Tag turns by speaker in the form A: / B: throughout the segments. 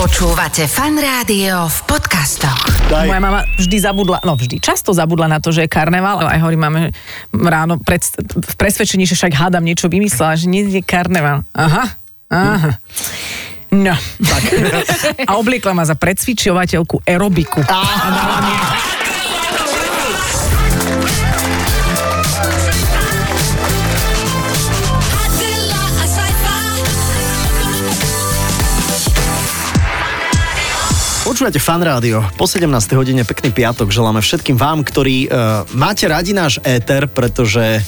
A: Počúvate fan rádio v podcastoch.
B: Daj.
C: Moja mama vždy zabudla, no vždy, často zabudla na to, že je karneval. Aj hovorí máme ráno pred, v presvedčení, že však hádam niečo vymyslela, že nie je karneval. Aha, aha. No. Tak. A obliekla ma za predsvičovateľku aerobiku.
D: Adela, a sci-fi.
B: Počúvate fan rádio. Po 17. hodine pekný piatok želáme všetkým vám, ktorí e, máte radi náš éter, pretože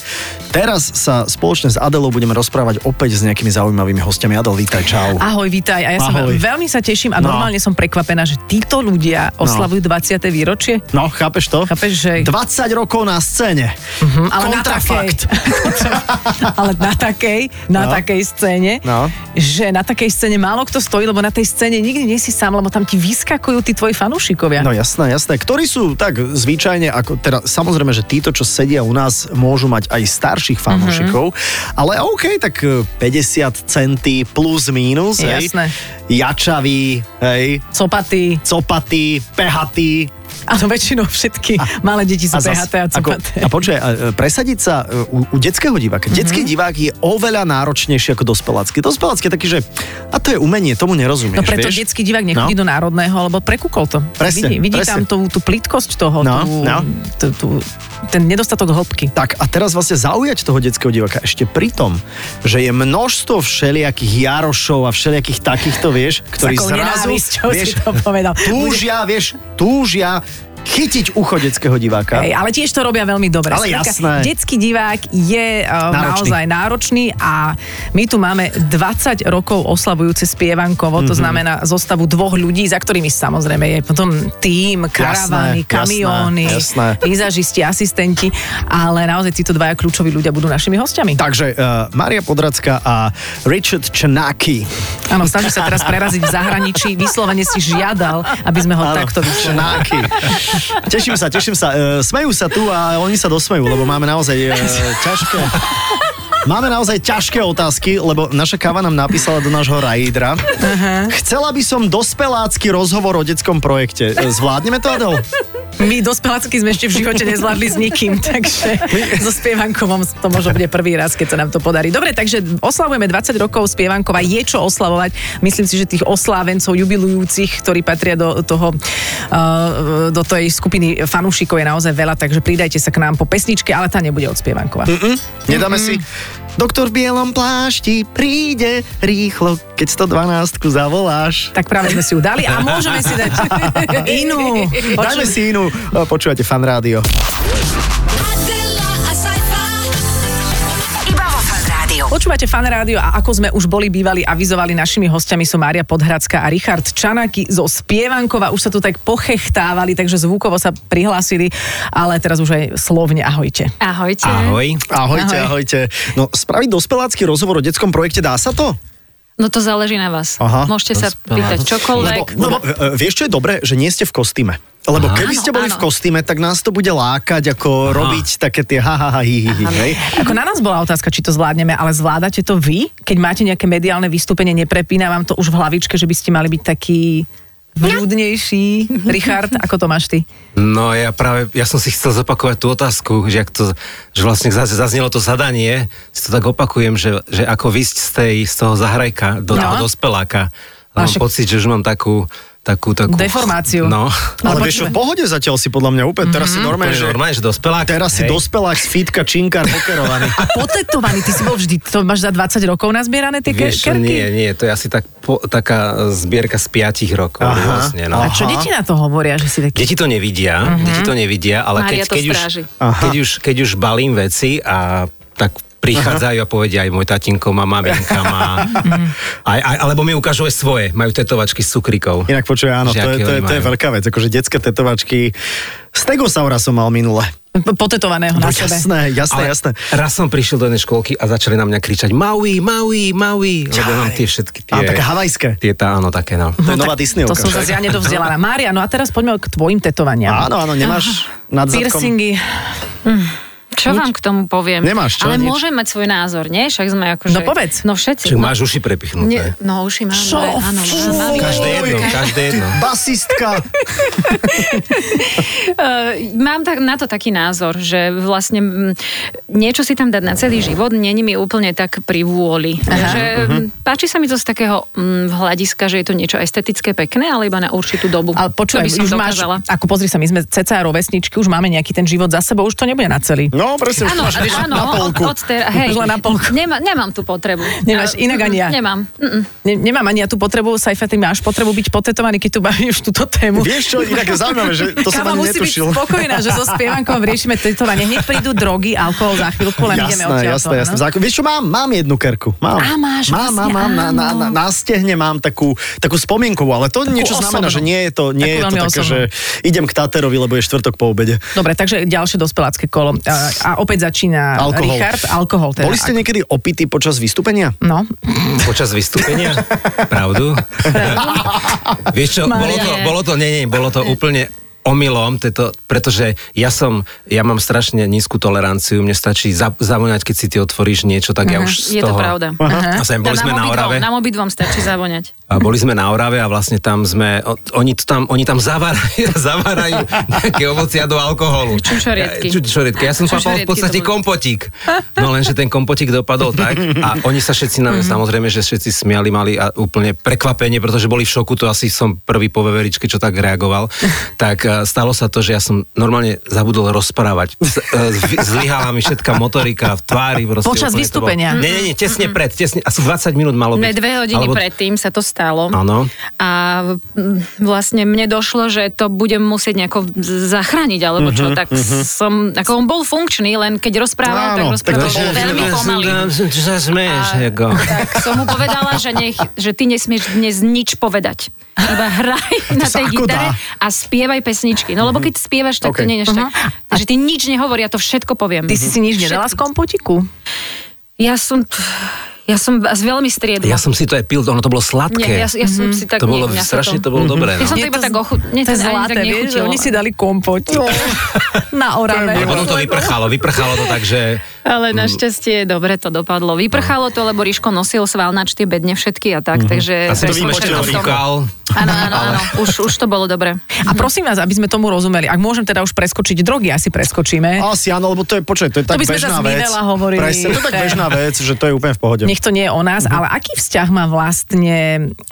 B: teraz sa spoločne s Adelou budeme rozprávať opäť s nejakými zaujímavými hostiami. Adel, vítaj, čau.
C: Ahoj, vítaj. A ja som
B: Ahoj.
C: veľmi sa teším a
B: No.
C: normálne som prekvapená, že títo ľudia oslavujú 20. výročie.
B: No, chápeš to?
C: Chápeš, že- Mhm,
B: 20 rokov na scéne. Uh-huh,
C: ale na
B: Kontrafakt.
C: ale na takej,
B: No.
C: na no. takej scéne,
B: No.
C: no. že na takej scéne málo kto stojí, lebo na tej scéne nikdy nie si sám, lebo tam ti vyskakujú tí tvoji fanúšikovia.
B: No jasné, jasné. Ktorí sú tak zvyčajne, ako teda, samozrejme, že títo, čo sedia u nás, môžu mať aj starších fanúšikov,
C: Mhm.
B: mm-hmm. ale OK, tak e, 50 centy plus minus, hej.
C: Jasné.
B: Jačavý, hej,
C: Copaty,
B: copatý, pehatý.
C: áno, väčšinou všetky malé deti sú PHT a copaté. Mhm.
B: a počuj, a e, presadiť sa e, u, u detského diváka. Mm-hmm. Detský divák je oveľa náročnejší ako dospelácky. Dospelácky je taký, že a to je umenie, tomu nerozumieš,
C: No preto
B: vieš?
C: detský divák nechodí
B: No.
C: no. do národného, lebo prekúkol to.
B: Presne,
C: vidí vidí
B: presne.
C: tam tú, tú plitkosť toho,
B: No,
C: tú,
B: no.
C: Tú, tú, ten nedostatok hĺbky.
B: Tak a teraz vlastne zaujať toho detského diváka ešte pri tom, že je množstvo všelijakých Jarošov a všelijakých takýchto, vieš, ktorí
C: Takou
B: zrazu
C: nenávisťou si
B: vieš,
C: to povedal.
B: túžia, vieš, túžia chytiť ucho detského diváka.
C: Hej, ale tiež to robia veľmi dobre.
B: Ale
C: Skrátka,
B: jasné.
C: Detský divák je uh,
B: Náročný.
C: naozaj náročný a my tu máme 20 rokov oslavujúce spievankovo,
B: Mhm.
C: to znamená zostavu dvoch ľudí, za ktorými samozrejme je potom tým, karavány,
B: Jasné,
C: kamióny,
B: jasné, jasné.
C: výzažisti, asistenti, ale naozaj títo dvaja kľúčoví ľudia budú našimi hostiami.
B: Takže uh, Maria Podracka a Richard Čenáky.
C: Áno, snažím sa teraz preraziť v zahraničí, vyslovene si žiadal, aby sme ho takto vyslovili.
B: Čenáky. Teším sa, teším sa. Uh, smejú sa tu a oni sa dosmejú, lebo máme naozaj uh, ťažké... Máme naozaj ťažké otázky, lebo naša káva nám napísala do nášho rajdra. Uh-huh. Chcela by som dospelácky rozhovor o detskom projekte. E, Zvládneme to, Adel?
C: My dospelácky sme ešte v živote nezvládli s nikým, takže so spievankovom to možno bude prvý raz, keď sa nám to podarí. Dobre, takže oslavujeme 20 rokov spievankova, je čo oslavovať. Myslím si, že tých oslávencov, jubilujúcich, ktorí patria do toho, eh, do tej skupiny fanúšikov je naozaj veľa, takže pridajte sa k nám po pesničke, ale tá nebude od spievankova.
B: Nedáme si... Doktor v bielom plášti príde rýchlo, keď 112 zavoláš.
C: Tak práve sme si ju dali a môžeme si dať inú.
B: Dajme si inú. E, Počúvate fan rádio.
D: Adela, a sci-fi.
A: Iba vo fan rádiu.
C: Počúvate fan rádio a ako sme už boli bývali avizovali, našimi hostiami sú Mária Podhradská a Richard Čanaky zo Spievankova. Už sa tu tak pochechtávali, takže zvukovo sa prihlásili, ale teraz už aj slovne ahojte.
E: Ahojte.
B: Ahojte, Ahoj.
C: Ahoj.
B: ahojte. No, spraviť dospelácky rozhovor o detskom projekte, dá sa to?
E: No to záleží na vás.
B: Aha.
E: Môžete sa pýtať
B: lebo,
E: čokoľvek.
B: lebo e, vieš, čo je dobré? Že nie ste v kostýme. Lebo keby
E: Áno,
B: ste boli
E: áno.
B: v kostýme, tak nás to bude lákať, ako robiť také tie ha, ha, ha, hi, hi, hi, hej?
C: Ako na nás bola otázka, či to zvládneme, ale zvládate to vy? Keď máte nejaké mediálne vystúpenie, neprepína vám to už v hlavičke, že by ste mali byť taký vľúdnejší. Richard, ako to máš ty?
F: No ja práve, ja som si chcel zopakovať tú otázku, že, ak to, že vlastne zaz- zaznelo to zadanie, si to tak opakujem, že, že ako vysť z, tej, z toho zahrajka do
C: No.
F: no. toho dospeláka.
C: A
F: A mám
C: však-
F: pocit, že už mám takú, takú, takú...
C: Deformáciu.
F: No.
B: Ale
C: Ale
B: vieš, čo,
C: počúvaj.
B: v pohode zatiaľ si podľa mňa úplne, teraz si normálne,
F: Normálne,
B: že...
F: že, normálne, že dospelák.
B: Teraz si
F: hej.
B: dospelák z fitka, činkár, pokerovaný.
C: Potetovaný, ty si bol vždy, to máš za 20 rokov nazbierané tie ke-
F: Vieš, čo,
C: kerky?
F: nie, nie, to je asi tak, po, taká zbierka z piatich rokov.
B: Aha.
F: Vlastne, no.
C: A čo
B: Aha.
C: deti na to hovoria, že si taký
F: Deti to nevidia, deti to nevidia, ale
E: Mária Mhm.
F: keď,
E: to
F: keď, už,
E: stráži.
B: Aha.
F: keď, už, keď už balím veci a tak prichádzajú a povedia aj môj tatinko má, maminka má.
E: Mhm.
F: aj, aj, alebo mi ukážu aj svoje, majú tetovačky s cukrikou.
B: Inak počuj, áno, to
F: Že
B: je,
F: aké
B: to, je,
F: oni
B: to je
F: majú.
B: veľká vec. Akože detské tetovačky. Stegosaura som mal minule. No,
C: P- potetovaného na sebe.
B: jasné, jasné,
F: Ale
B: jasné.
F: Raz som prišiel do jednej školky a začali na mňa kričať Maui, Maui, Maui, lebo mám tie všetky tie...
B: Áno, také havajské.
F: Tie tá, áno, také, no.
B: To je nová
C: To
B: Disneyovka.
C: som
B: však.
C: zase ja nedovzdelaná. Mária, no a teraz poďme k tvojim tetovaniam.
B: Áno, áno, nemáš nad zadkom...
C: Piercingy.
E: Čo vám k tomu poviem?
B: Nemáš čo,
E: Ale
B: nič?
E: môžem mať svoj názor, nie? Však sme akože...
C: No povedz.
E: No všetci.
F: Čiže
E: no,
F: máš
E: Nie,
F: uši prepichnuté.
E: no uši mám.
C: Čo?
E: ale Áno,
C: Fú.
E: mám, mám,
F: Každé jedno, každé jedno.
B: Basistka.
E: Eh, mám tak, na to taký názor, že vlastne mm, niečo si tam dať na celý život není mi úplne tak pri vôli. Takže mm, páči sa mi to z takého mm, hľadiska, že je to niečo estetické, pekné, ale iba na určitú dobu.
C: Ale počúvaj,
E: to by som
C: už máš,
E: dokázala.
C: ako pozri sa, my sme cca rovesničky, už máme nejaký ten život za sebou, už to nebude na celý.
B: No, presne.
E: Áno,
B: už máš, vieš,
E: áno,
B: na
E: od,
B: polku.
E: od ter, hej,
C: Už len na polku.
E: Nemá, nemám tú potrebu.
C: Nemáš,
E: Ale-
C: inak ani ja.
E: Nemám. Mm-mm.
C: Ne, nemám ani ja tú potrebu, Saifa, ty máš potrebu byť potetovaný, keď tu bavíš túto tému.
B: Vieš čo, inak je zaujímavé, že to som
C: Káva
B: ani
C: musí
B: netušil.
C: byť spokojná, že so spievankom riešime tetovanie. Hneď prídu drogy, alkohol za chvíľku, len ideme
B: jasné,
C: odtiaľ
B: jasné,
C: toho,
B: jasné.
C: no.
B: Zákon. Vieš čo, mám, mám jednu kerku. Mám.
E: Á, máš,
B: mám, mám,
E: vlastne,
B: mám na, na, na, na stehne mám takú, takú spomienkovú, ale to niečo znamená,
C: osobnú.
B: že nie je to, nie
C: Takú
B: je to
C: veľmi
B: také,
C: osobnú.
B: že idem k Taterovi, lebo je štvrtok po obede.
C: Dobre, takže ďalšie dospelácké kolo. A, a opäť začína
B: Alkohol.
C: Richard. Alkohol teda.
B: Boli ste niekedy opití počas vystúpenia?
C: No,
F: Počas vystúpenia? Pravdu? Vieš čo, bolo to,
E: Maria.
F: bolo to, nie, nie, bolo to úplne omylom, teto, pretože ja som, ja mám strašne nízku toleranciu, mne stačí za, zamoňať, keď si ty otvoríš niečo, tak ja
E: Aha,
F: už z
E: Mhm. je to
F: toho...
E: pravda.
F: A sem boli
E: Tam
F: sme
E: nám Teda obidvom-
F: na Orave.
E: Nám obidvom stačí zavoňať.
F: A boli sme na Orave a vlastne tam sme, o- oni, to tam, oni tam zavárajú, zavárajú nejaké ovocia do alkoholu.
E: Čučoriedky.
F: Ja, čučoriedky. Ja som papal
E: Čučoriedky
F: v podstate
E: to boli.
F: kompotík. No lenže ten kompotík dopadol tak a oni sa všetci na
E: Mhm.
F: mňa, samozrejme, že všetci smiali, mali a úplne prekvapenie, pretože boli v šoku, to asi som prvý po veveričke, čo tak reagoval. Tak eh, stalo sa to, že ja som normálne zabudol rozprávať. Z- eh, zvy- Zlyhala mi všetka motorika v tvári. Proste,
C: Počas
F: úplne to bolo-
C: vystúpenia.
F: Nie, nie, nie, tesne pred, tesne, asi 20 minút malo byť.
E: Mhm. Ne, dve hodiny Alebo... predtým sa to stalo.
F: Áno.
E: A mm, vlastne mne došlo, že to budem musieť nejako z- zachrániť,
C: Mhm,
E: alebo čo, tak som, ako on bol funkčný, len keď rozprával, tak
B: Áno, tak
E: rozprával
B: to bolo
E: veľmi
B: vidno.
E: pomaly.
F: Čo sa smeješ,
E: A-
F: Ego?
E: Tak som mu povedala, že, nech, že ty nesmieš dnes nič povedať. Iba hraj na
B: sa
E: tej
B: ako dá?
E: gitare a spievaj pesničky. No lebo keď spievaš, tak
B: OK.
E: to nie je tak. Takže ty nič nehovor, ja to všetko poviem.
C: Mhm. ty
E: Mhm.
C: si si nič nedala z kompotiku.
E: Ja som... Ja som vás veľmi striedla.
F: Ja som si to aj pil, ono to bolo sladké.
E: Nie, ja, ja som si tak...
F: to bolo
E: nie, mňa sa
F: strašne, to bolo dobré.
E: Ja som
F: No.
E: to iba tak ochutnila.
C: Mhm. to je zlaté, vieš, že oni si dali kompotík. Na orave.
F: Ale potom to vyprchalo, vyprchalo to tak, že...
C: Mm.
E: Ale našťastie dobre to dopadlo. Vyprchalo to, lebo Ríško nosil svalnač tie bedne všetky a tak, takže...
F: Asi to
E: takže
B: vymočilo
E: všetko v tom.
F: rýkal.
E: Áno, áno, áno. Už, už to bolo dobre.
C: A prosím vás, aby sme tomu rozumeli, ak môžem teda už preskočiť drogy, asi preskočíme.
B: Asi áno, lebo to je, počkaj, to je tak
C: by sme
B: bežná
C: zas
B: vec.
C: minela hovorili.
B: Presne, to je tak
C: To je-
B: bežná vec, že to je úplne v pohode.
C: Nech to nie je o
F: Mhm.
C: nás, ale aký vzťah má vlastne uh,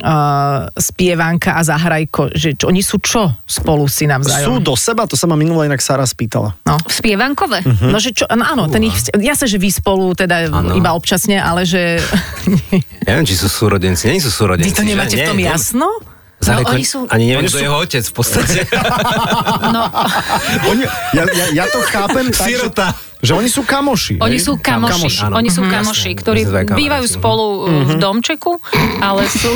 C: spievanka a zahrajko? Že, čo, oni sú čo spolu si
B: Sú
C: navzájom?
B: do seba, to sa ma minule inak Sara spýtala.
C: No.
E: V spievankove?
C: No, že čo, no áno, ten ich vzťah, ja sa, že vy spolu, teda ano.
F: hm? Áno.
C: iba občasne, ale že...
F: Ja neviem, či sú súrodenci, nie sú
C: Vy
F: súrodenci.
C: to nemáte
F: že?
C: v tom
F: Nie,
C: jasno?
F: Zareko,
E: No, oni sú-
F: Ani
B: Oni
F: neviem, kto
B: sú-
F: je jeho otec v podstate.
B: Oni, ja, ja, ja to chápem tak, že,
F: Sirota.
B: že oni sú kamoši.
E: Oni
B: hej?
E: sú kamoši.
F: áno.
E: Oni sú
F: Mhm.
E: kamoši,
F: Jasné,
E: ktorí
F: my sme kamoši.
E: bývajú spolu uh, v domčeku, ale sú...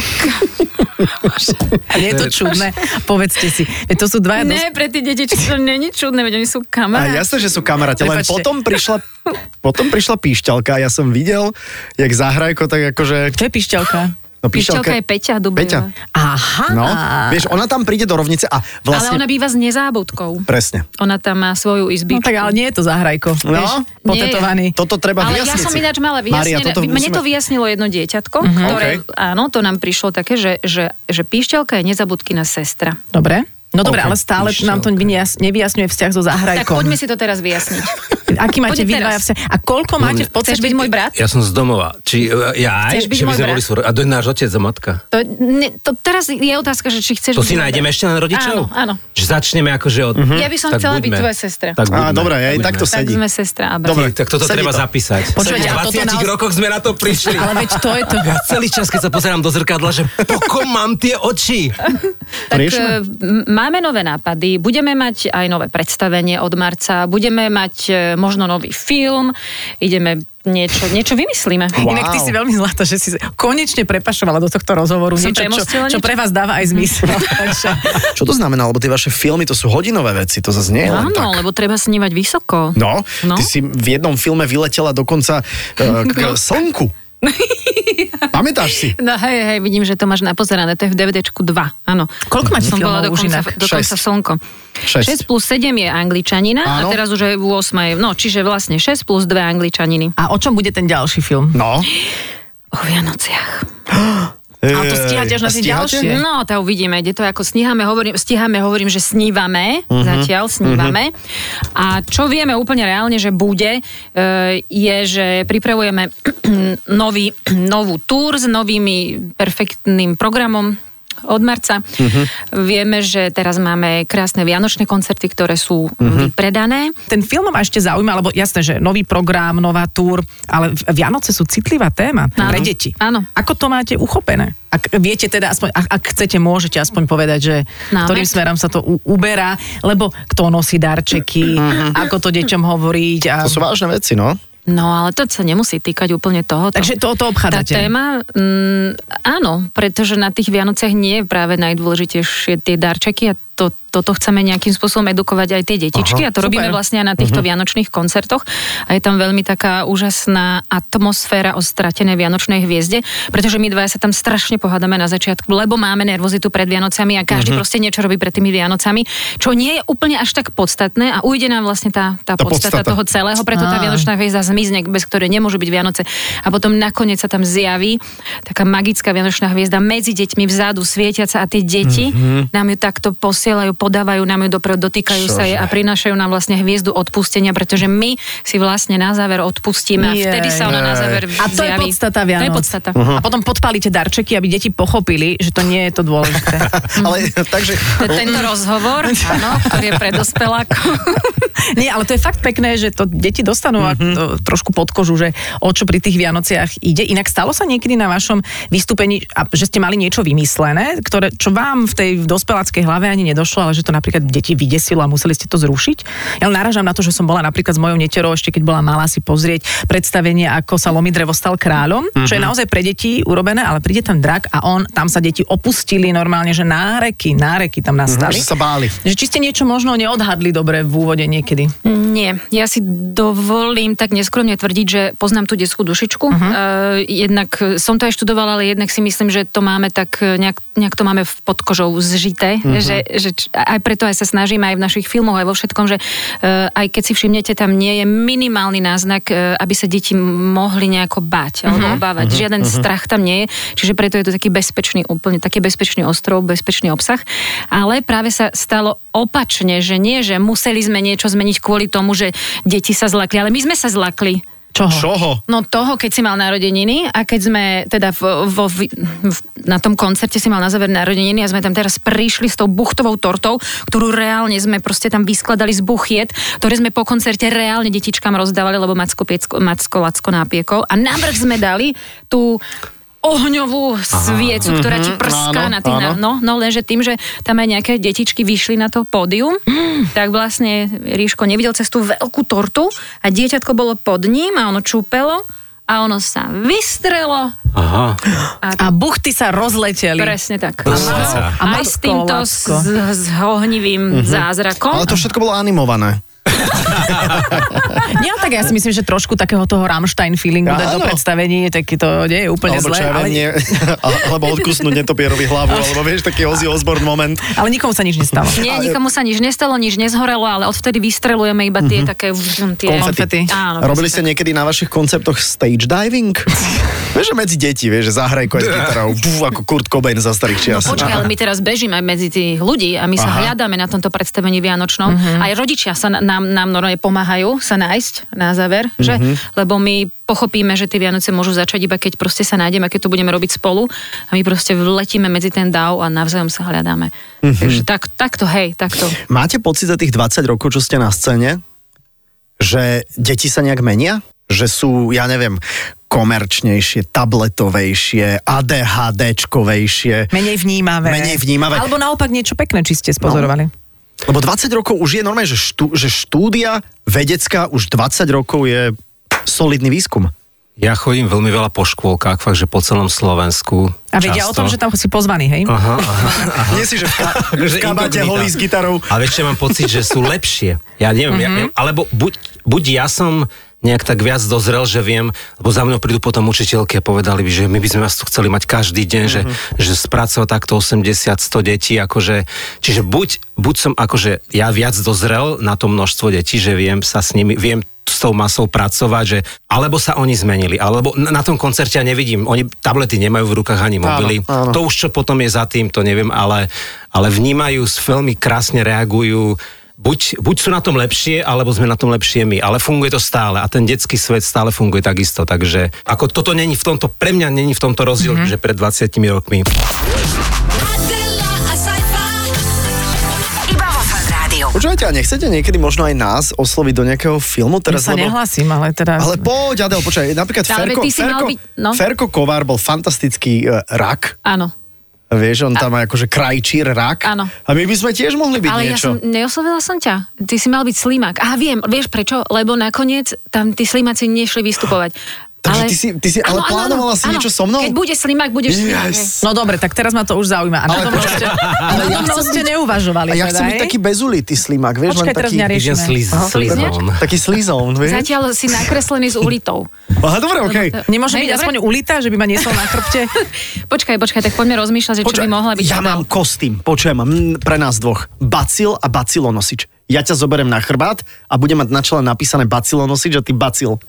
C: A nie je to čudné? Povedzte si. Veď to sú dvaja... dos-
E: Ne, pre tie detičky to není čudné, veď oni sú
B: A
E: kamaráti.
B: jasné, že sú kamaráti, len
C: Prepačte.
B: potom prišla, potom prišla píšťalka a ja som videl, jak zahrajko, tak akože...
C: To je pišťalka.
B: No,
E: Pišťalka je
B: Peťa.
E: Peťa Dubejová.
C: Aha.
B: No, vieš, ona tam príde do rovnice a
E: Ale
B: vlastne...
E: ona býva s nezábudkou.
B: Presne.
E: Ona tam má
C: No
E: svoju izbičku.
C: tak ale nie je to zahrajko,
B: No.
C: vieš, potetovaný.
B: Toto treba
E: Ale
B: vyjasniť
E: ja som
B: si.
E: ináč mala
B: Mária,
E: vyjasnené,
B: toto
E: mne
B: musíme...
E: to vyjasnilo jedno dieťatko, mm-hmm. ktoré,
B: OK.
E: okay. áno, to nám prišlo také, že, že, že píšťalka je nezabudkina sestra.
C: Dobre. No dobre,
B: Ok,
C: ale stále
B: pišťalka.
C: nám to nevyjas- nevyjasňuje vzťah so
E: Tak
C: zahrajkom.
E: poďme si to teraz vyjasniť.
C: Aký máte
E: Poďme
C: vy
E: teraz.
C: dvaja vzťah? A koľko máte v podstate...
E: Chceš byť môj brat?
F: Ja som z domova. Či e, ja
E: Chceš
F: aj?
E: byť
F: Či by
E: môj
F: sme
E: brat?
F: boli súro... A to je náš otec a matka.
E: To, ne, to teraz je otázka, že či chceš...
F: To
E: byť
F: si
E: môj
F: nájdeme
E: brat.
F: ešte len rodičov?
E: Áno, áno.
F: Že začneme akože od...
E: Ja by som
F: Tak
E: chcela byť
F: buďme.
E: tvoja sestra.
F: Tak
B: Á,
F: buďme,
B: dobre, aj
F: buďme.
B: tak to
E: Tak
B: sedí.
E: sme sestra a brat.
B: Dobre.
F: Tak, tak toto
B: Sedí
F: treba
B: to.
F: zapísať.
C: Počúvajte, a
F: v
C: toto
F: 20
C: naozaj-
F: rokoch sme na to prišli.
C: Ale veď to je to...
F: Ja celý čas, keď sa pozerám do zrkadla, že pokom mám tie oči.
E: Tak
B: Riešme?
E: e, m- máme nové nápady, budeme mať aj nové predstavenie od marca, budeme mať e, možno nový film, ideme niečo, niečo vymyslíme.
B: Wow.
C: Inak ty si veľmi zlatá, že si konečne prepašovala do tohto rozhovoru
E: Som
C: niečo, čo,
E: premostila
C: čo
E: niečo?
C: pre vás dáva aj zmysel. Takže,
B: Čo to znamená? Lebo tie vaše filmy, to sú hodinové veci, to zase nie je len tak.
E: Áno, lebo treba snívať vysoko.
B: No,
E: No.
C: No.
B: ty si v jednom filme vyletela dokonca e, k slnku. Pamätáš si?
E: No hej, hej, vidím, že to máš napozerané. To je v DVDčku 2, áno.
C: Koľko máte
E: Som bola
C: filmov už
E: dokonca,
C: inak?
E: dokonca
B: Mhm. Šesť.
E: slnko.
B: Šesť.
E: 6 plus 7 je angličanina
B: Áno.
E: a teraz už je v 8. No, čiže vlastne 6 plus 2 angličaniny.
C: A o čom bude ten ďalší film?
B: No.
E: O Vianociach.
C: Ale to stíhate až na
B: A
C: tie
B: stíhate?
C: ďalšie.
E: No, tá uvidíme, kde to ako sníhame, hovorím, stíhame, hovorím, že snívame, uh-huh. zatiaľ snívame. Uh-huh. A čo vieme úplne reálne, že bude, e, je, že pripravujeme nový, novú túr s novými perfektným programom od marca. Uh-huh. Vieme, že teraz máme krásne vianočné koncerty, ktoré sú uh-huh. vypredané.
C: Ten film ma ešte zaujíma, lebo jasné, že nový program, nová túr, ale v- Vianoce sú citlivá téma
E: Áno.
C: pre deti.
E: Áno.
C: Ako to máte uchopené? Ak viete teda, aspoň, ak, ak chcete, môžete aspoň povedať, že
E: Námet?
C: ktorým smerom sa to u, uberá, lebo kto nosí darčeky, ako to deťom hovoriť. A...
B: Mhm. To sú vážne veci, no.
E: No, ale to sa nemusí týkať úplne toho.
C: Takže to, to
E: Tá
C: obchádzate.
E: téma, mm, áno, pretože na tých Vianociach nie je práve najdôležitejšie tie darčeky a to, toto chceme nejakým spôsobom edukovať aj tie detičky Aha, a to
C: super.
E: robíme vlastne aj na týchto Vianočných koncertoch a je tam veľmi taká úžasná atmosféra o stratenej Vianočnej hviezde, pretože my dvaja sa tam strašne pohádame na začiatku, lebo máme nervozitu pred Vianocami a každý proste niečo robí pred tými Vianocami, čo nie je úplne až tak podstatné a ujde nám vlastne tá, tá,
B: Tá
E: podstata,
B: podstata.
E: toho celého, preto tá
C: Á.
E: Vianočná vianočná hviezda zmizne, bez ktorej nemôžu byť Vianoce. A potom nakoniec sa tam zjaví taká magická vianočná hviezda medzi deťmi vzadu, svietiaca a tie deti mm-hmm. nám ju takto posielajú, podávajú nám ju dopredu, dotýkajú Čože? sa jej a prinášajú nám vlastne hviezdu odpustenia, pretože my si vlastne na záver odpustíme a vtedy sa ona na
B: Jej.
E: záver
C: A to je
E: zjaví.
C: podstata
E: To je
C: Vianoc.
E: podstata.
B: Mhm.
C: A potom podpálite darčeky, aby deti pochopili, že to nie je to dôležité.
B: Ale takže...
E: To je Tento rozhovor, áno, ktorý je pre dospelákov.
C: Nie, ale to je fakt pekné, že to deti dostanú
B: Mhm.
C: mm-hmm. to, trošku pod kožu, že o čo pri tých Vianociach ide. Inak stalo sa niekedy na vašom vystúpení, a- že ste mali niečo vymyslené, ktoré, čo vám v tej dospeláckej hlave ani nedošlo, ale že to napríklad deti vydesilo a museli ste to zrušiť. Ja len náražam na to, že som bola napríklad s mojou neterou, ešte keď bola malá, si pozrieť predstavenie, ako sa Lomidrevo stal kráľom, mm-hmm. čo
B: Mhm.
C: je naozaj pre deti urobené, ale príde tam drak a on, tam sa deti opustili normálne, že náreky, náreky tam nastali.
B: Mhm. Že sa báli.
C: Že či ste niečo možno neodhadli dobre v úvode niekedy?
E: Nie, ja si dovolím tak neskromne tvrdiť, že poznám tú detskú dušičku. Uh-huh. E, jednak e, som to aj študovala, ale jednak si myslím, že to máme tak e, nejak, nejak to máme v podkožou zžité, uh-huh. že, že č- aj preto aj sa snažíme aj v našich filmoch, aj vo všetkom, že e, aj keď si všimnete, tam nie je minimálny náznak, e, aby sa deti mohli nejako bať alebo obávať. Žiaden strach tam nie je, čiže preto je to taký bezpečný, úplne taký bezpečný ostrov, bezpečný obsah. Ale práve sa stalo opačne, že nie, že museli sme niečo zmeniť kvôli tomu, že deti sa zlakli, ale my sme sa zlakli.
C: Čoho?
B: Čoho?
E: No toho, keď si mal narodeniny a keď sme teda v, vo, v, v, na tom koncerte si mal na záver narodeniny a sme tam teraz prišli s tou buchtovou tortou, ktorú reálne sme proste tam vyskladali z buchiet, ktoré sme po koncerte reálne detičkám rozdávali, lebo Macko, Piecko, Macko Lacko nápiekol a navrh sme dali tú ohňovú sviecu, ktorá ti prská
B: Mhm. áno,
E: na tých...
B: áno.
E: na- No, no lenže tým, že tam aj nejaké detičky vyšli na to pódium,
B: Mm.
E: tak vlastne Ríško nevidel cez tú veľkú tortu a dieťatko bolo pod ním a ono čúpelo a ono sa vystrelo.
F: Aha.
C: A buchty sa rozleteli.
E: Presne tak.
F: To sa-
C: A
E: Aj s týmto s,
C: Macko, Lacko.
E: s hohnivým zázrakom.
B: Mhm. Ale to všetko bolo animované.
C: Nie, ale tak ja si myslím, že trošku takého toho Rammstein feelingu dať do
B: Áno.
C: predstavení, tak to nie je úplne
B: Alebo
C: zlé.
B: čo ja
C: Ale,
B: viem, nie, alebo odkusnúť netopierovi hlavu, alebo vieš, taký Ozzy Osbourne moment.
C: ale nikomu sa nič nestalo.
E: Nie, nikomu sa nič nestalo, nič nezhorelo, ale odvtedy vystrelujeme iba tie také... vzum, Tie,
C: Konfety.
E: Áno,
B: Mhm. Robili ste niekedy na vašich konceptoch stage diving? vieš, že medzi deti, vieš, že zahraj aj s gitarou, bú, ako Kurt Cobain za starých čias.
E: No
C: No,
E: Počkaj, ale my teraz bežíme medzi tých ľudí a my sa
B: Aha.
E: hľadáme na tomto predstavení Vianočnom. Uh-huh. Aj rodičia sa na- nám, nám normálne pomáhajú sa nájsť na záver, uh-huh. že? Lebo my pochopíme, že tie Vianoce môžu začať iba keď proste sa nájdeme, keď to budeme robiť spolu a my proste vletíme medzi ten dáv a navzájom sa hľadáme. Uh-huh. Takže tak, takto, hej, takto.
B: Máte pocit za tých 20 rokov, čo ste na scéne, že deti sa nejak menia? Že sú, ja neviem, komerčnejšie, tabletovejšie, ADHDčkovejšie.
C: Menej vnímavé.
B: Menej vnímavé. No.
C: Alebo naopak niečo pekné, či ste spozorovali.
B: Lebo 20 rokov už je normálne, že, štú, že štúdia vedecká už 20 rokov je solidný výskum.
F: Ja chodím veľmi veľa po škôlkach, fakt, že po celom Slovensku.
C: A vedia o tom,
F: často.
C: že tam si pozvaný, hej?
F: Aha, aha.
B: Nie si, že v, ka- v
F: Akože
B: kabate
F: inkognita.
B: holý s gitarou. Mhm.
F: Ale ešte mám pocit, že sú lepšie. Ja neviem, mm-hmm. ja, neviem, alebo buď, buď ja som nejak tak viac dozrel, že viem, lebo za mnou prídu potom učiteľky a povedali by, že my by sme vás tu chceli mať každý deň,
B: Mhm.
F: mm-hmm. že, že spracovať takto 80-100 detí, akože, čiže buď, buď som akože ja viac dozrel na to množstvo detí, že viem sa s nimi, viem s tou masou pracovať, že alebo sa oni zmenili, alebo na na tom koncerte ja nevidím, oni tablety nemajú v rukách ani mobily.
B: áno.
F: To už čo potom je za tým, to neviem, ale, ale vnímajú, s veľmi krásne reagujú. Buď, buď sú na tom lepšie, alebo sme na tom lepšie my, ale funguje to stále a ten detský svet stále funguje takisto, takže ako toto není v tomto, pre mňa není v tomto rozdiel, mm-hmm. že pred 20 rokmi.
D: Adela, a sci-fi.
A: Iba vo Fan Rádiu.
B: Počúvajte, a nechcete niekedy možno aj nás osloviť do nejakého filmu
C: Ja
B: teraz?
C: sa nehlasím, ale teda...
B: Ale poď, Adel, počkaj, napríklad
E: Ale
B: Ferko,
E: ty si mal
B: Ferko,
E: byť- no.
B: Ferko Kovár bol fantastický uh, rak,
E: Áno.
B: vieš, on tam akože krajčír rak.
E: Áno.
B: A my by sme tiež mohli byť
E: Ale ja
B: niečo.
E: som, neoslovila som ťa. Ty si mal byť slimák. Aha, viem, vieš prečo? Lebo nakoniec tam tí slimáci nešli vystupovať.
B: Takže ty si- ty si- ale plánovala si niečo so mnou?
E: Keď bude slimák, budeš slimák. hej.
B: Yes.
C: No dobre, tak teraz ma to už zaujíma. A na
B: Ale
C: tom
B: počkaj,
C: ste, ale ja chcem ste
E: No,
C: neuvažovali.
B: A ja
C: teda,
B: chcem byť
C: hej?
B: taký bezulitý slimák, vieš,
C: Počkaj,
B: len
C: teraz
B: taký,
C: mňa
F: Idem
C: riešime.
F: sliz,
C: Aha.
F: slizón.
B: taký slizón, vieš?
E: Zatiaľ si nakreslený s ulitou.
B: Aha, dobre, okej.
C: Nemôže
E: Hej,
C: byť
E: dobre.
C: aspoň ulita, že by ma niesol na chrbte?
E: Počkaj, počkaj, tak poďme rozmýšľať, že čo by mohla byť.
B: ja
E: Adele.
B: mám kostým, počujem, mm, pre nás dvoch. Bacil a bacilonosič. Ja ťa zoberiem na chrbát a budem mať na čele napísané bacilonosič a ty bacil.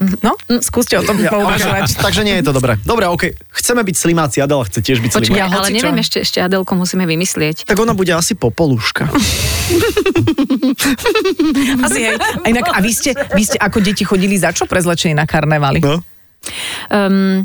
C: No, skúste o tom pouvažovať.
B: Okay. Takže nie je to dobré. Dobre, OK. Chceme byť slimáci, Adela chce tiež byť
E: Počkaj,
B: slimák.
E: ale
C: hocičo.
E: neviem, ešte, ešte Adelko musíme vymyslieť.
B: Tak ona bude asi popolúška.
C: Asi, hej. A, inak, a vy, ste, vy ste ako deti chodili za čo prezlečení na karnevály?
B: No.
E: Um,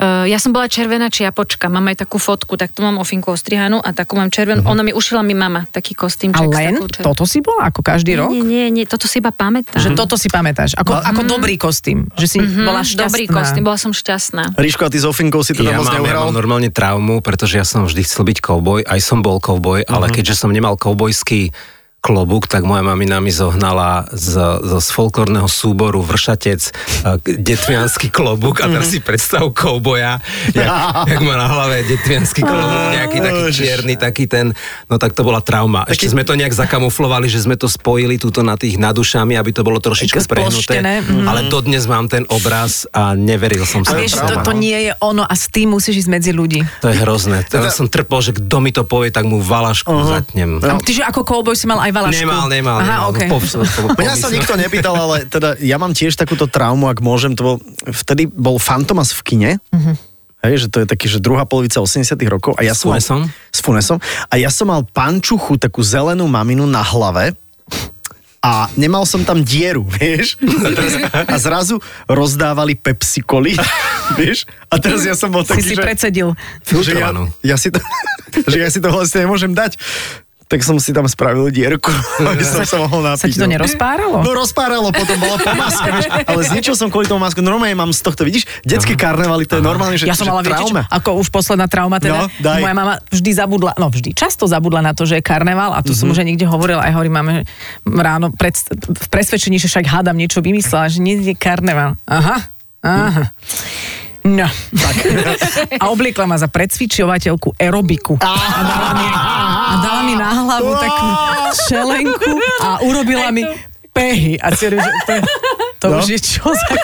E: Uh, ja som bola červená čiapočka, mám aj takú fotku, tak tu mám ofinku ostrihanú a takú
B: Mhm.
E: mám červenú. Uh-huh. Ona mi ušila mi mama taký
C: A
E: kostýmček. s
C: len
E: takou čer-
C: toto si bola ako každý rok?
E: Nie, nie, nie, toto si iba pamätám.
C: Že toto si pamätáš. Ako, ako dobrý kostým. Že si bola šťastná.
E: Mm-hmm. Mhm. Dobrý kostým, bola som šťastná.
B: Ríško, a ty s Ofinkou si teda
F: ja
B: moc
F: mám, ja
B: neuhral?
F: mám normálne traumu, pretože ja som vždy chcel byť kouboj, aj som bol kouboj, ale
C: Mhm.
F: keďže som nemal koubojský klobúk, tak moja mamina mi zohnala z, z, z folklórneho súboru vršatec eh, detvianský klobúk
C: Mhm.
F: a teraz si predstav kouboja, jak, jak má na hlave detvianský klobúk, nejaký taký
B: Ježiš.
F: čierny, taký ten, no tak to bola trauma. Ešte sme to nejak zakamuflovali, že sme to spojili túto na tých nadušami, aby to bolo
C: Také
F: trošičku
C: sploštené,
F: sprehnuté,
C: mhm.
F: ale dodnes mám ten obraz a neveril som
C: A
F: sa.
C: vieš, to,
B: trauma, no.
C: to nie je ono a s tým musíš ísť medzi ľudí.
F: To je hrozné.
B: Teda-
F: Teraz som trpel, že kto mi to povie, tak mu valašku uh-huh. zatnem.
C: A tyže ako cowboy si mal aj valašku.
F: Nemal, nemal.
C: Aha,
F: nemal. no,
C: okay.
F: Po, po, po,
B: Mňa sa nikto nepýtal, ale teda ja mám tiež takúto traumu, ak môžem. To bol, vtedy bol Fantomas v kine.
C: Mhm.
B: Hej, že to je taký, že druhá polovica 80 rokov. A ja
F: S
B: som mal-
F: funesom?
B: S funesom. A ja som mal pančuchu, takú zelenú maminu na hlave. A nemal som tam dieru, vieš? A, teraz, a zrazu rozdávali Pepsi Coli, vieš? A teraz ja som bol
C: Si
B: taký,
C: si
B: že... Že
C: predsedil.
B: ja,
F: Filtrovanú.
B: ja si to, že ja si to vlastne nemôžem dať. Tak som si tam spravil dierku, aby som sa mohol napiť.
C: Sa ti to
B: no.
C: nerozpáralo?
B: No rozpáralo, potom bolo po maske, vieš, ale zničil som kvôli tomu masku. Normálne mám z tohto, vidíš? Detské karnevaly, to je normálne, že,
C: Ja som
B: že
C: mala, viete, čo,
B: trauma.
C: ako už posledná trauma,
B: No,
C: teda
B: daj.
C: moja mama vždy zabudla, no vždy, často zabudla na to, že je karneval a tu
B: Mhm.
C: som už aj niekde hovorila, aj hovorím, máme ráno pred, v presvedčení, že však hádam niečo vymyslela, že nie je karneval. Aha, aha. No. Tak. A obliekla ma za predsvičovateľku aerobiku. A dala mi, a dala mi na hlavu takú čelenku a urobila mi pehy. A si hovorím, že to, je- to
B: No.
C: už je čo za...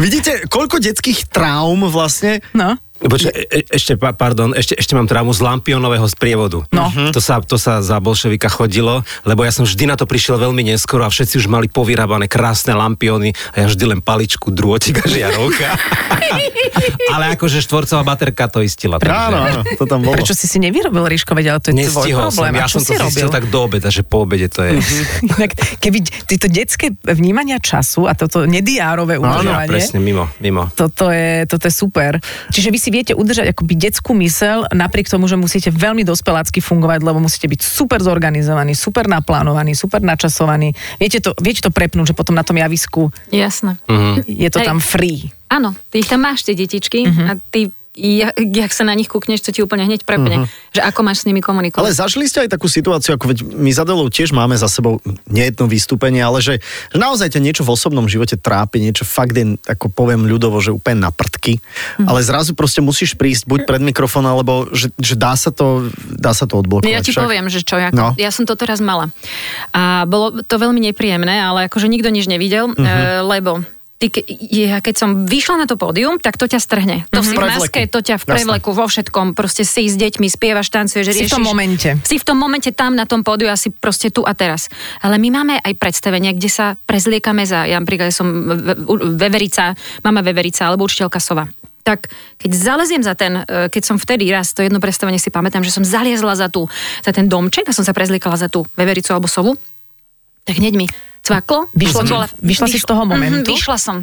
B: Vidíte, koľko detských traum vlastne
C: No.
F: Počkaj, e- e- ešte, pa- pardon, ešte, ešte mám traumu z lampionového sprievodu.
C: No.
F: To, sa, to sa za bolševika chodilo, lebo ja som vždy na to prišiel veľmi neskoro a všetci už mali povyrábané krásne lampiony a ja vždy len paličku, drôtik a žiarovka. Ale akože štvorcová baterka to istila. takže-
B: Áno, áno, to tam bolo.
C: Prečo si si nevyrobil, Ríško, veď, ale to je tvoj
F: Nestihol som,
C: problém.
F: ja
C: A čo
F: som
C: si
F: to
C: robil?
F: zistil tak do obeda, že po obede to je.
B: Mhm.
C: Inak, keby tieto detské vnímania času a toto nediárové
F: No Áno,
C: uvažovanie,
F: presne, mimo, mimo.
C: toto je, toto je super. Čiže vy si viete udržať akoby detskú mysel, napriek tomu, že musíte veľmi dospelácky fungovať, lebo musíte byť super zorganizovaní, super naplánovaní, super načasovaní. Viete to, viete to prepnúť, že potom na tom javisku
E: Jasné.
B: Mm.
C: je to
F: Hm.
E: Hej.
C: tam free.
E: Mhm. Áno, ty ich tam máš, tie detičky, a ty jak, jak sa na nich kúkneš, to ti úplne hneď prepne. Uh-huh. Že ako máš s nimi komunikovať.
B: Mhm. Ale zažili ste aj takú situáciu, ako veď my za Delou tiež máme za sebou nejedno vystúpenie, ale že, že naozaj ťa niečo v osobnom živote trápi, niečo fakt je, ako poviem ľudovo, že úplne na prdky, mm.
E: Mhm.
B: ale zrazu proste musíš prísť buď pred mikrofón, alebo že, že dá, sa to, dá sa to odblokovať.
E: No Ja ti
B: však.
E: poviem, že čo, ja,
B: No.
E: no. ja som to teraz mala. A bolo to veľmi nepríjemné, ale akože nikto nič nevidel,
B: Mhm.
E: uh-huh. e, lebo ty, ke- ja keď som vyšla na to pódium, tak to ťa strhne. To
B: V
E: si v
B: prevleku.
E: maske, to ťa v
B: Jasné.
E: prevleku, vo všetkom, proste si s deťmi, spievaš, tancuješ,
C: Si v
E: riešiš.
C: tom momente.
E: Si v tom momente tam na tom pódiu asi proste tu a teraz. Ale my máme aj predstavenia, kde sa prezliekame za, ja napríklad som ve- u- veverica, mama veverica alebo učiteľka sova. Tak keď zaleziem za ten, e, keď som vtedy raz, to jedno predstavenie si pamätám, že som zaliezla za, tú, za ten domček a som sa prezliekala za tú vevericu alebo sovu, tak hneď mi cvaklo.
C: Vyšlo ti-
E: Bola-
C: vyšla si z toho momentu?
E: Mhm, vyšla som.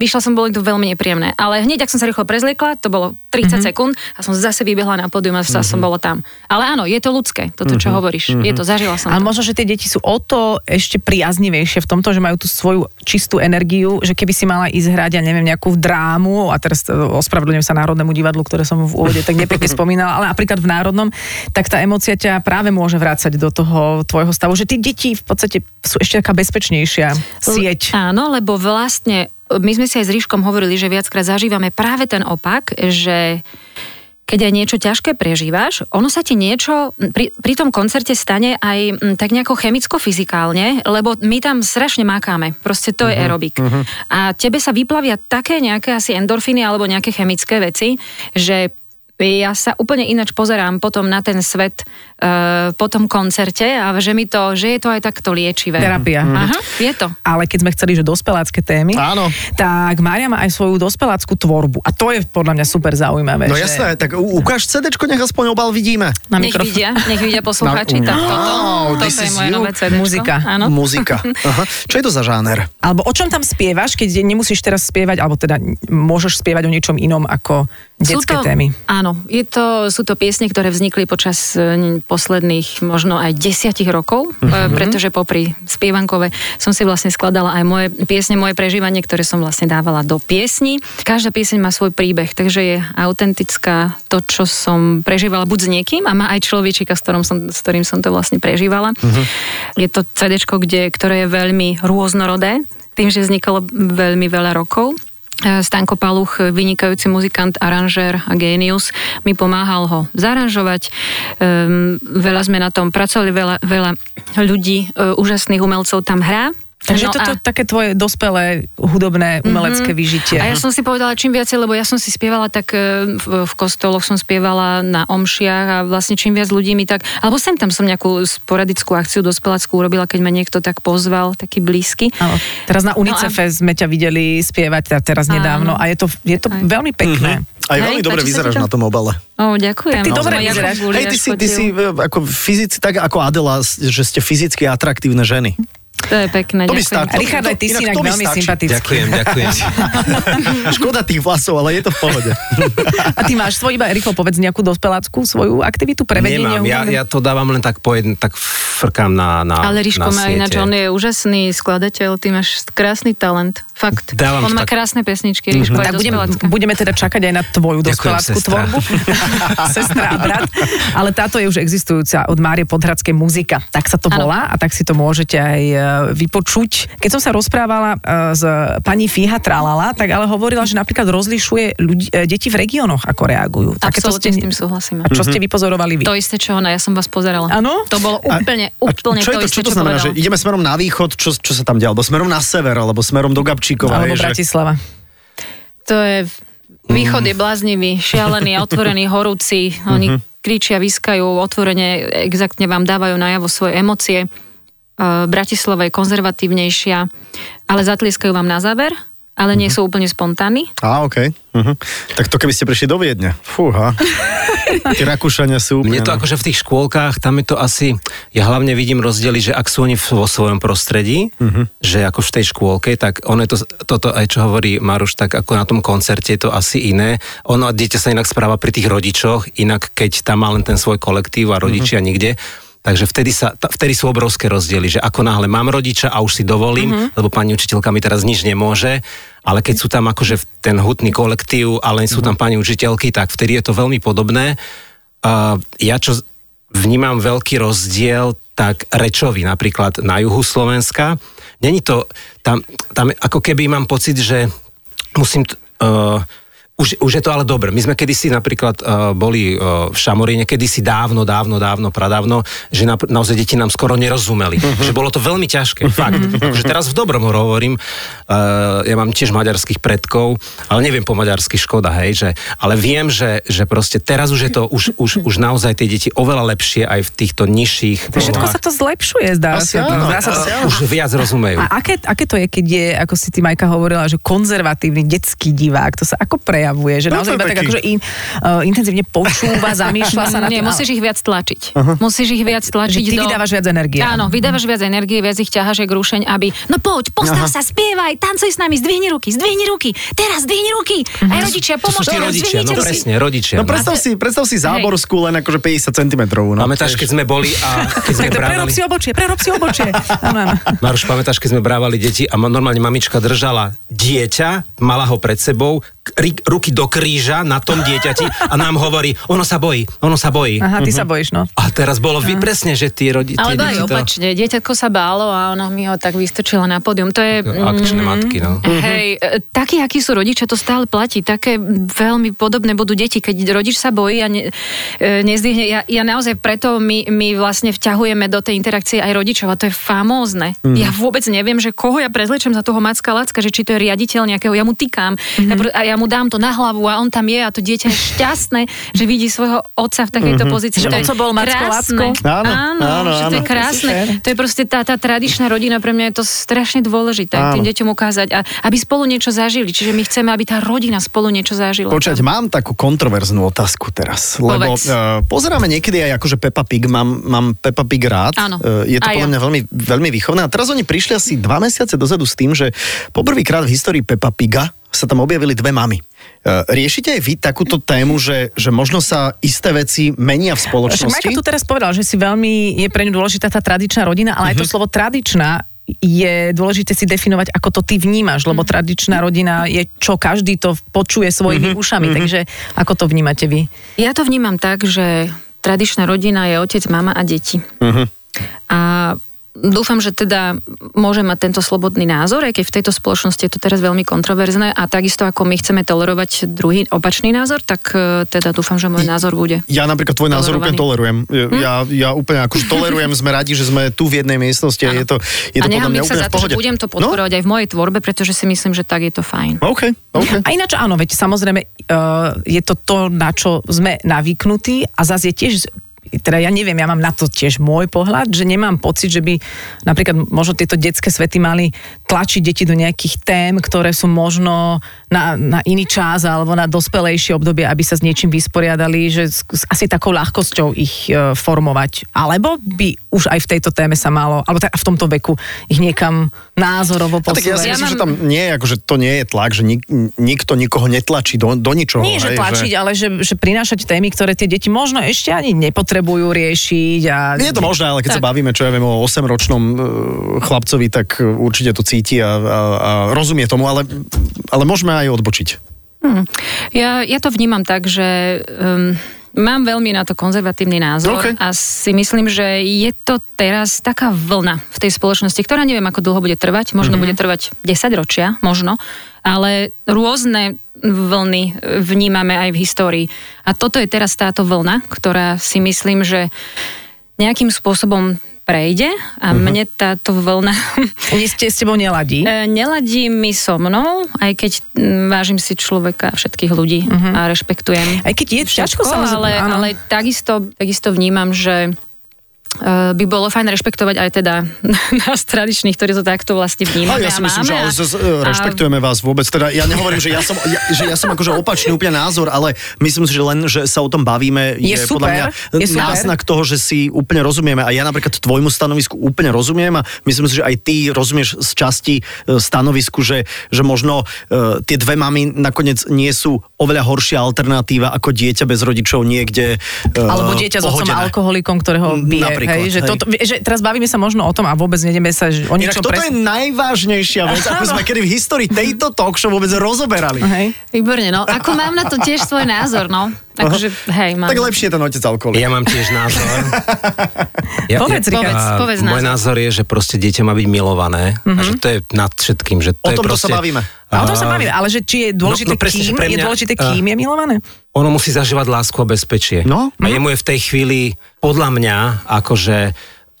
E: Vyšla som, boli to veľmi nepríjemné. Ale hneď, ak som sa rýchlo prezliekla, to bolo 30 mm-hmm. sekúnd a som zase vybehla na pódium a zase mm-hmm. som bola tam. Ale áno, je to ľudské, toto, čo hovoríš. Mm-hmm. Je to, zažila som
C: Ale
E: to.
C: možno, že tie deti sú o to ešte priaznivejšie v tomto, že majú tú svoju čistú energiu, že keby si mala ísť hrať, ja neviem, nejakú drámu, a teraz e, ospravedlňujem sa Národnému divadlu, ktoré som v úvode tak nepekne spomínala, ale napríklad v Národnom, tak tá emocia ťa práve môže vrácať do toho tvojho stavu, že tí deti v podstate sú ešte taká bezpečnejšia sieť.
E: Áno, lebo vlastne my sme si aj s Ríškom hovorili, že viackrát zažívame práve ten opak, že keď aj niečo ťažké prežívaš, ono sa ti niečo pri, pri tom koncerte stane aj mm, tak nejako chemicko-fyzikálne, lebo my tam strašne makáme. Proste to je
C: Mhm,
E: aerobik. A tebe sa vyplavia také nejaké asi endorfíny alebo nejaké chemické veci, že ja sa úplne ináč pozerám potom na ten svet e, po tom koncerte a že mi to, že je to aj takto liečivé.
C: Terapia.
E: Aha, je to.
C: ale keď sme chceli, že dospelácké témy,
B: Áno.
C: tak Mária má aj svoju dospeláckú tvorbu. A to je podľa mňa super zaujímavé.
B: No
C: že-
B: jasné, tak u- ukáž CDčko, nech aspoň obal vidíme.
C: Na
E: nech
C: mikrofón.
E: vidia, nech vidia poslucháči.
B: Na-
E: tak toto,
B: Wow, this
E: toto je
B: is
E: moje
B: you.
E: nové CD.
C: Muzika.
E: Áno.
B: Muzika. Aha. Čo je to za žáner?
C: Alebo o čom tam spievaš, keď nemusíš teraz spievať, alebo teda môžeš spievať o niečom inom ako
E: Sú
C: detské
E: to,
C: témy.
E: Áno, je to, sú to piesne, ktoré vznikli počas e, ne- posledných možno aj desiatich rokov,
C: Mhm.
E: mm-hmm. pretože popri spievankove som si vlastne skladala aj moje piesne, moje prežívanie, ktoré som vlastne dávala do piesni. Každá pieseň má svoj príbeh, takže je autentická to, čo som prežívala buď s niekým a má aj človečika, s, ktorom som, s ktorým som to vlastne
C: Mhm.
E: prežívala. Mm-hmm. Je to CD, kde, ktoré je veľmi rôznorodé, tým, že vznikalo veľmi veľa rokov. E, Stanko Paluch, vynikajúci muzikant, aranžér a génius, mi pomáhal ho zaranžovať. Ehm, veľa sme na tom pracovali, veľa, veľa ľudí, e, úžasných umelcov tam hrá.
C: Takže
E: No
C: no toto
E: a- Mhm.
C: je také tvoje dospelé hudobné umelecké mm-hmm. vyžitie.
E: a ja som si povedala čím viacej, lebo ja som si spievala tak e, v, v kostoloch, som spievala na omšiach a vlastne čím viac ľudí mi tak... Alebo sem tam som nejakú sporadickú akciu dospeláckú urobila, keď ma niekto tak pozval, taký blízky.
C: Áno. Teraz na
E: No a-
C: Unicefe no a... sme ťa videli spievať, teda teraz nedávno, a je to, je to veľmi
F: Mhm.
C: pekné. Mm-hmm.
B: Aj
E: Hej,
B: veľmi dobre
E: páči sa ti
B: vyzeráš
E: to?
B: na tom obale.
E: Ó, ďakujem.
C: Tak ty
E: To
C: dobre
E: ma Jakub
C: vyzeráš.
E: Guliaš
B: Hej, ty si, ty
E: fotil.
B: si e, ako fyzici, tak ako Adela, s- že ste fyzicky atraktívne ženy.
E: To je pekné,
B: To by
E: ďakujem.
B: stačilo.
C: Richard, aj ty
B: Inak
C: si inak
B: to mi
C: veľmi
B: stačí.
C: sympatický.
F: Ďakujem, ďakujem.
B: Škoda tých vlasov, ale je to v pohode.
C: A ty máš svoj, iba rýchlo povedz nejakú dospeláckú svoju aktivitu, prevedenie.
F: Nemám, ja,
C: hudobné?
F: ja to dávam len tak po jedn, tak frkám na, na
E: Ale Ríško
F: na
E: má
F: siete.
E: ináč, on je úžasný skladateľ, ty máš krásny talent, fakt.
F: Dávam
E: on
F: to
E: má
F: tak.
E: krásne pesničky, Ríško,
B: Mhm.
C: No
E: mm-hmm. aj
C: tak budeme,
E: dospelácka.
C: budeme teda čakať aj na tvoju dospeláckú
F: sestra.
C: tvorbu. sestra a brat. Ale táto je už existujúca od Márie Podhradskej muzika. Tak sa to
E: Áno.
C: volá a tak si to môžete aj e, vypočuť. Keď som sa rozprávala e, s pani Fíha Tralala, tak ale hovorila, že napríklad rozlišuje ľudí, e, deti v regiónoch, ako reagujú. Takéto
E: Absolútne
C: ste-
E: s tým súhlasím.
B: Mm.
C: A
B: Mhm.
C: čo ste vypozorovali vy?
E: To isté, čo ona, ja som vás pozerala.
C: Áno?
E: To bolo úplne, úplne
B: čo je
E: to,
B: to,
E: isté,
B: čo to znamená, že
E: povedala.
B: ideme smerom na východ, čo, čo sa tam deje, alebo smerom na sever, alebo smerom do Gabčíkova.
C: Alebo
B: je, že-
C: Bratislava.
E: To je,
B: Mm.
E: východ je bláznivý, šialený, otvorený, horúci.
B: Mhm.
E: Oni kričia, vyskajú, otvorene, exaktne vám dávajú najavo svoje emócie. E, Bratislava je konzervatívnejšia, ale zatlieskajú vám na záver, ale
B: Mhm.
E: nie sú úplne spontánni.
B: Á, OK. Uh-huh. Tak to keby ste prišli do Viedne. Fúha. Tí Rakúšania sú úplne... no.
F: Mne to akože v tých škôlkach, tam je to asi, ja hlavne vidím rozdiely, že ak sú oni v- vo svojom prostredí, že ako v tej škôlke, tak ono je to, toto aj čo hovorí Maruš, tak ako na tom koncerte je to asi iné. Ono, dieťa sa inak správa pri tých rodičoch, inak keď tam má len ten svoj kolektív a rodičia nikde, Takže vtedy, sa, ta- vtedy sú obrovské rozdiely, že ako náhle mám rodiča a už si dovolím, lebo pani učiteľka mi teraz nič nemôže ale keď sú tam akože v- ten hutný kolektív, ale sú tam pani učiteľky, tak vtedy je to veľmi podobné. Uh, ja čo z- vnímam veľký rozdiel, tak rečovi napríklad na juhu Slovenska. Není to, tam, tam ako keby mám pocit, že musím... T- uh, už, už je to ale dobre. My sme kedysi napríklad uh, boli uh, v Šamoríne, kedysi dávno, dávno, dávno, pradávno, že na, naozaj deti nám skoro nerozumeli. Uh-huh. Že bolo to veľmi ťažké, fakt. Uh-huh. Že teraz v dobrom hovorím, uh, ja mám tiež maďarských predkov, ale neviem po maďarsky škoda, hej, že, ale viem, že, že proste teraz už je to, už, už, už naozaj tie deti oveľa lepšie aj v týchto nižších
C: Všetko sa
F: polohách.
C: to zlepšuje, zdá
B: No, Asi
C: sa.
B: áno,
C: Zdá sa to.
B: asi áno.
F: Už viac rozumejú.
C: A aké, aké to je, keď je, ako si ty Majka hovorila, že konzervatívny detský divák, to sa ako prejavuje? Že
B: No, to je
C: naozaj iba tak
B: taký-
C: akože in, uh, intenzívne počúva, zamýšľa sa na tým.
E: Nie,
C: ale-
E: musíš ich viac tlačiť. Uh-huh. Musíš ich viac tlačiť.
C: Že ty
E: do...
C: vydávaš viac energie.
E: Áno, vydávaš viac energie, viac ich ťaháš jak rušeň, aby... No poď, postav sa, spievaj, tancuj s nami, zdvihni ruky, zdvihni ruky, teraz zdvihni ruky. Aj rodičia,
F: Mhm. To sú
E: pomôžte
F: tí
E: nám,
F: rodičia, no
E: zdvihnite ruky.
F: presne, rodičia.
B: No predstav si, predstav si záborskú len akože 50 cm. No.
F: Pamätáš, keď sme boli a keď sme
C: Tak to prerob
F: brávali...
C: si obočie, prerob si obočie. Áno, áno.
F: Maruš, pamätáš, keď sme brávali deti a ma- normálne mamička držala dieťa, mala ho pred sebou, k- ri- ruky do kríža na tom dieťati a nám hovorí, ono sa bojí, ono sa bojí. Mhm.
C: Aha, ty sa bojíš, no.
F: A teraz bolo vy presne, že tí rodi- tie
E: Alebo aj
F: deti to...
E: opačne, dieťatko sa bálo a ona mi ho tak vystrčila na pódium. To je...
F: Také akčné
E: mm,
F: matky, no.
B: Mhm.
E: Hej, e, takí, akí sú rodičia, to stále platí. Také veľmi podobné budú deti, keď rodič sa bojí a ne, e, nezdvihne. Ja, ja naozaj preto my, my vlastne vťahujeme do tej interakcie aj rodičov a to je famózne.
B: Mhm.
E: Ja vôbec neviem, že koho ja prezlečem za toho Macka Lacka, že či to je riaditeľ nejakého, ja mu tykám
B: Mhm.
E: ja pr- a ja mu dám to na hlavu a on tam je a to dieťa je šťastné, že vidí svojho otca v takejto pozícii.
C: Že
E: To je
C: oco bol Macko
E: krásne.
C: Lacko.
B: Mhm. Áno,
E: áno,
B: áno,
E: že to je
B: áno.
E: krásne. To je proste tá, tá tradičná rodina, pre mňa je to strašne dôležité
B: Áno.
E: tým deťom ukázať, a, aby spolu niečo zažili. Čiže my chceme, aby tá rodina spolu niečo zažila.
B: Počať, mám takú kontroverznú otázku teraz. Lebo
E: Povedz.
B: uh, pozeráme niekedy aj akože Peppa Pig, mám, mám Peppa Pig rád.
E: Áno,
B: Eh, je to
E: aj
B: podľa
E: ja.
B: mňa veľmi, veľmi výchovné. A teraz oni prišli asi dva mesiace dozadu s tým, že poprvýkrát v histórii Peppa Piga sa tam objavili dve mamy. Eh, riešite aj vy takúto tému, že, že možno sa isté veci menia v
C: Však Majka tu
B: spoločnosti?
C: teraz povedal, že si veľmi je pre ňu dôležitá tá tradičná rodina, ale aj
B: Mhm.
C: to slovo tradičná je dôležité si definovať, ako to ty vnímaš,
B: Mhm.
C: lebo tradičná rodina je čo každý to počuje
B: Mhm.
C: svojimi ušami, takže ako to vnímate vy?
E: Ja to vnímam tak, že tradičná rodina je otec, mama a deti.
B: Mhm.
E: Uh-huh. A dúfam, že teda môže mať tento slobodný názor, aj keď v tejto spoločnosti je to teraz veľmi kontroverzné a takisto ako my chceme tolerovať druhý opačný názor, tak eh, teda dúfam, že môj názor bude.
B: Ja napríklad tvoj názor úplne tolerujem. Ja,
E: Hm?
B: ja, ja úplne akože tolerujem, sme radi, že sme tu v jednej miestnosti a je to, je to
E: a
B: podľa
E: nechám
B: mňa
E: ich
B: úplne v
E: sa za to,
B: pohode.
E: že budem to podporovať no? aj v mojej tvorbe, pretože si myslím, že tak je to fajn.
B: No? OK, OK.
C: A ináč áno, veď samozrejme eh, je to to, na čo sme navyknutí a zase je tiež teda ja neviem, ja mám na to tiež môj pohľad, že nemám pocit, že by napríklad možno tieto detské svety mali tlačiť deti do nejakých tém, ktoré sú možno na, na iný čas alebo na dospelejšie obdobie, aby sa s niečím vysporiadali, že s, s asi takou ľahkosťou ich e, formovať. Alebo by už aj v tejto téme sa malo, alebo tak v tomto veku ich niekam názorovo
B: A tak ja si
C: posúvať.
E: Ja
B: myslím,
E: mám-
B: že tam nie je, akože to nie je tlak, že nik, nikto nikoho netlačí do, do ničoho.
C: Nie,
B: hej,
C: že tlačiť, ale že, že prinášať témy, ktoré tie deti možno ešte ani nepotrebujú riešiť. A...
B: Nie je to možné, ale keď tak. sa bavíme, čo ja viem, o 8-ročnom eh, chlapcovi, tak eh, určite to cíti a, a, a rozumie tomu, ale, ale môžeme aj odbočiť.
E: Hm. Ja, ja to vnímam tak, že um, mám veľmi na to konzervatívny názor
B: OK.
E: a si myslím, že je to teraz taká vlna v tej spoločnosti, ktorá neviem, ako dlho bude trvať, možno mm-hmm. bude trvať 10 ročia, možno, ale rôzne vlny e, vnímame aj v histórii. A toto je teraz táto vlna, ktorá si myslím, že nejakým spôsobom prejde a mne táto vlna
C: Nie ste s tebou
B: Hm?
C: neladí.
E: E, neladí mi so mnou, aj keď mm, vážim si človeka a všetkých ľudí
B: Mhm.
E: a rešpektujem.
C: Aj keď je ťažko, samozrejme,
E: ale,
C: áno.
E: ale takisto, takisto vnímam, že e, by bolo fajn rešpektovať aj teda nás tradičných, ktorí to takto
B: A
E: vlastne
B: ja
E: vnímame.
B: si myslím, že
E: máme
B: ale
E: a-
B: z, z, rešpektujeme vás vôbec. Teda ja nehovorím, že ja som, ja, že ja som akože opačný úplne názor, ale myslím si, že len, že sa o tom bavíme, je,
C: Je
B: podľa mňa
C: super, je super.
B: náznak toho, že si úplne rozumieme. A ja napríklad tvojmu stanovisku úplne rozumiem a myslím si, že aj ty rozumieš z časti e, stanovisku, že, že možno e, tie dve mamy nakoniec nie sú oveľa horšia alternatíva ako dieťa bez rodičov niekde. e,
C: Alebo dieťa s otcom
B: pohodené.
C: alkoholikom, ktorého bije
B: Napríklad,
C: hej, že,
B: hej.
C: toto, že teraz bavíme sa možno o tom a vôbec nejdeme sa že- o
B: Inak
C: ničom
B: toto je najvážnejšia vec, ako sme kedy v histórii tejto talk show vôbec rozoberali.
C: Hej.
E: Výborne, no. Ako mám na to tiež svoj názor, no. Akože, hej, mám.
B: Tak lepšie je ten otec alkoholik.
F: Ja mám tiež názor.
C: Povedz, Rika.
E: Povedz,
F: a
E: povedz
F: Môj
E: názor.
F: názor je, že proste dieťa má byť milované. Mm-hmm. A že to je nad všetkým. Že to
B: O
F: je
B: tomto
F: proste,
B: sa bavíme.
C: Mhm. A o tom sa bavíme, ale že či je dôležité,
F: no presne, že
C: kým,
F: pre
C: je
F: mňa,
C: dôležité,
F: a-
C: kým je milované?
F: ono musí zažívať lásku a bezpečie.
B: No.
F: A jemu je v tej chvíli, podľa mňa, akože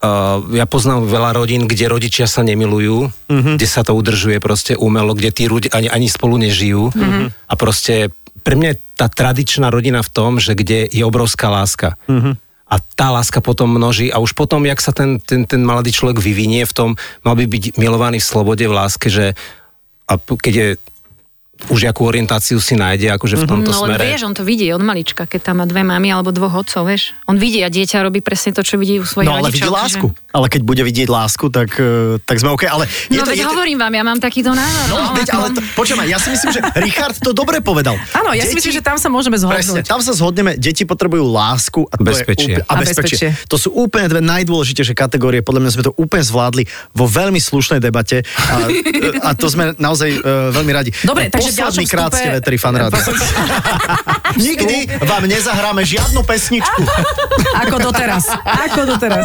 F: Uh, ja poznám veľa rodín, kde rodičia sa nemilujú, uh-huh. kde sa to udržuje proste umelo, kde tí ľudia ani, ani spolu nežijú. Uh-huh. A proste pre mňa je tá tradičná rodina v tom, že kde je obrovská láska. Uh-huh. A tá láska potom množí a už potom, jak sa ten, ten, ten mladý človek vyvinie v tom, mal by byť milovaný v slobode, v láske, že a p- keď je už akú orientáciu si nájde, akože v tomto
E: No len
F: smere.
E: vieš, on to vidí od malička, keď tam má dve mamy alebo dvoch otcov, vieš. On vidí a dieťa robí presne to, čo vidí u svojich
B: No ale vidí
E: rodičov. čiže-
B: lásku. Ale keď bude vidieť lásku, tak, eh, tak sme OK. Ale je
E: No
B: to, je
E: veď
B: to,
E: hovorím vám, ja mám takýto názor.
B: No, veď, ale to, počúvaj, ja si myslím, že Richard to dobre povedal.
C: Áno, ja si myslím, že tam sa môžeme
B: Presne,
C: zhodnúť.
B: tam sa zhodneme, deti potrebujú lásku a to
F: Bezpečie.
B: Je úplne, a,
C: A
B: bezpečie.
C: bezpečie.
B: To sú úplne dve najdôležitejšie kategórie, podľa mňa sme to úplne zvládli vo veľmi slušnej debate a, a to sme naozaj e, veľmi radi.
C: Dobre, takže v
B: Posledný
C: ďalšom
B: krát
C: vstupe-
B: ste vetri fan rádio. Nikdy vám nezahráme žiadnu pesničku.
C: Ako doteraz. Ako doteraz.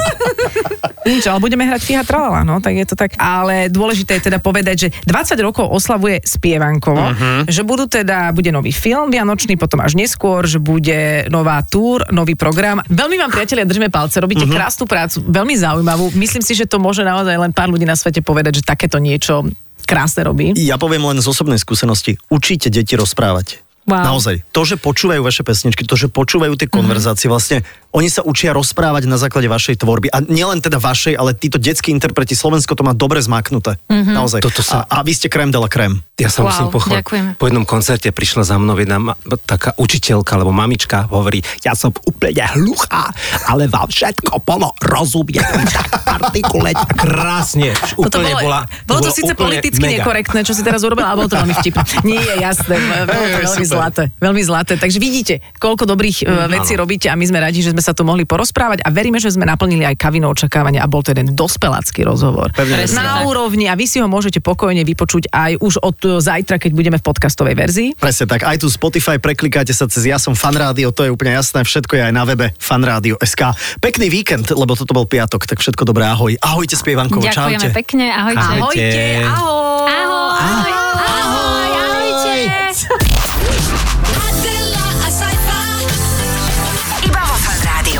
C: Nič, ale budeme hrať Fíha Tralala, no, tak je to tak. Ale dôležité je teda povedať, že 20 rokov oslavuje Spievankovo, uh-huh. že budú teda, bude nový film Vianočný, potom až neskôr, že bude nová túr, nový program. Veľmi vám, priatelia, držíme palce, robíte uh-huh. krásnu prácu, veľmi zaujímavú. Myslím si, že to môže naozaj len pár ľudí na svete povedať, že takéto niečo krásne robí.
B: Ja poviem len z osobnej skúsenosti. Učíte deti rozprávať.
E: Wow. Mhm.
B: Naozaj. To, že počúvajú vaše pesničky, to, že počúvajú tie konverzácie, vlastne oni sa učia rozprávať na základe vašej tvorby. A nielen teda vašej, ale títo detskí interpreti, Slovensko to má dobre zmaknuté.
E: Mhm.
B: Naozaj.
F: Toto sa-
B: a, a vy ste krem de la krem.
F: Ja sa
E: Wow,
F: musím pochváliť.
E: ďakujeme.
F: Po jednom koncerte prišla za mnou jedna ma- taká učiteľka, alebo mamička, hovorí, ja som úplne hluchá, ale vám všetko bolo rozumiem. Tak artikulať krásne. Už úplne
C: bolo,
F: bola,
C: bolo to
F: bolo
C: síce
F: úplne
C: politicky
F: mega.
C: nekorektné, čo si teraz urobil, ale bolo to veľmi vtipné. Nie, je jasné, bolo to veľmi zlaté. Veľmi zlaté. Takže vidíte, koľko dobrých eh, vecí
F: Mm, áno.
C: robíte a my sme radi, že sme sa tu mohli porozprávať a veríme, že sme naplnili aj kavino očakávania a bol to jeden dospelácky rozhovor.
E: Presne
C: Na
E: tak.
C: úrovni a vy si ho môžete pokojne vypočuť aj už od eh, zajtra, keď budeme v podcastovej verzii.
B: Presne tak. Aj tu Spotify, preklikáte sa cez Ja som fan rádio, to je úplne jasné. Všetko je aj na webe fanradio.sk. Pekný víkend, lebo toto bol piatok, tak všetko dobré, ahoj. Ahojte, spievankovo,
E: Ďakujeme
B: čaute.
E: pekne, ahojte.
F: Ahoj.
C: Ahojte, ahoj.
E: Ahoj. Ahoj, ahojte.
D: Adela, a sci-fi.
A: Iba vo Fan Rádiu.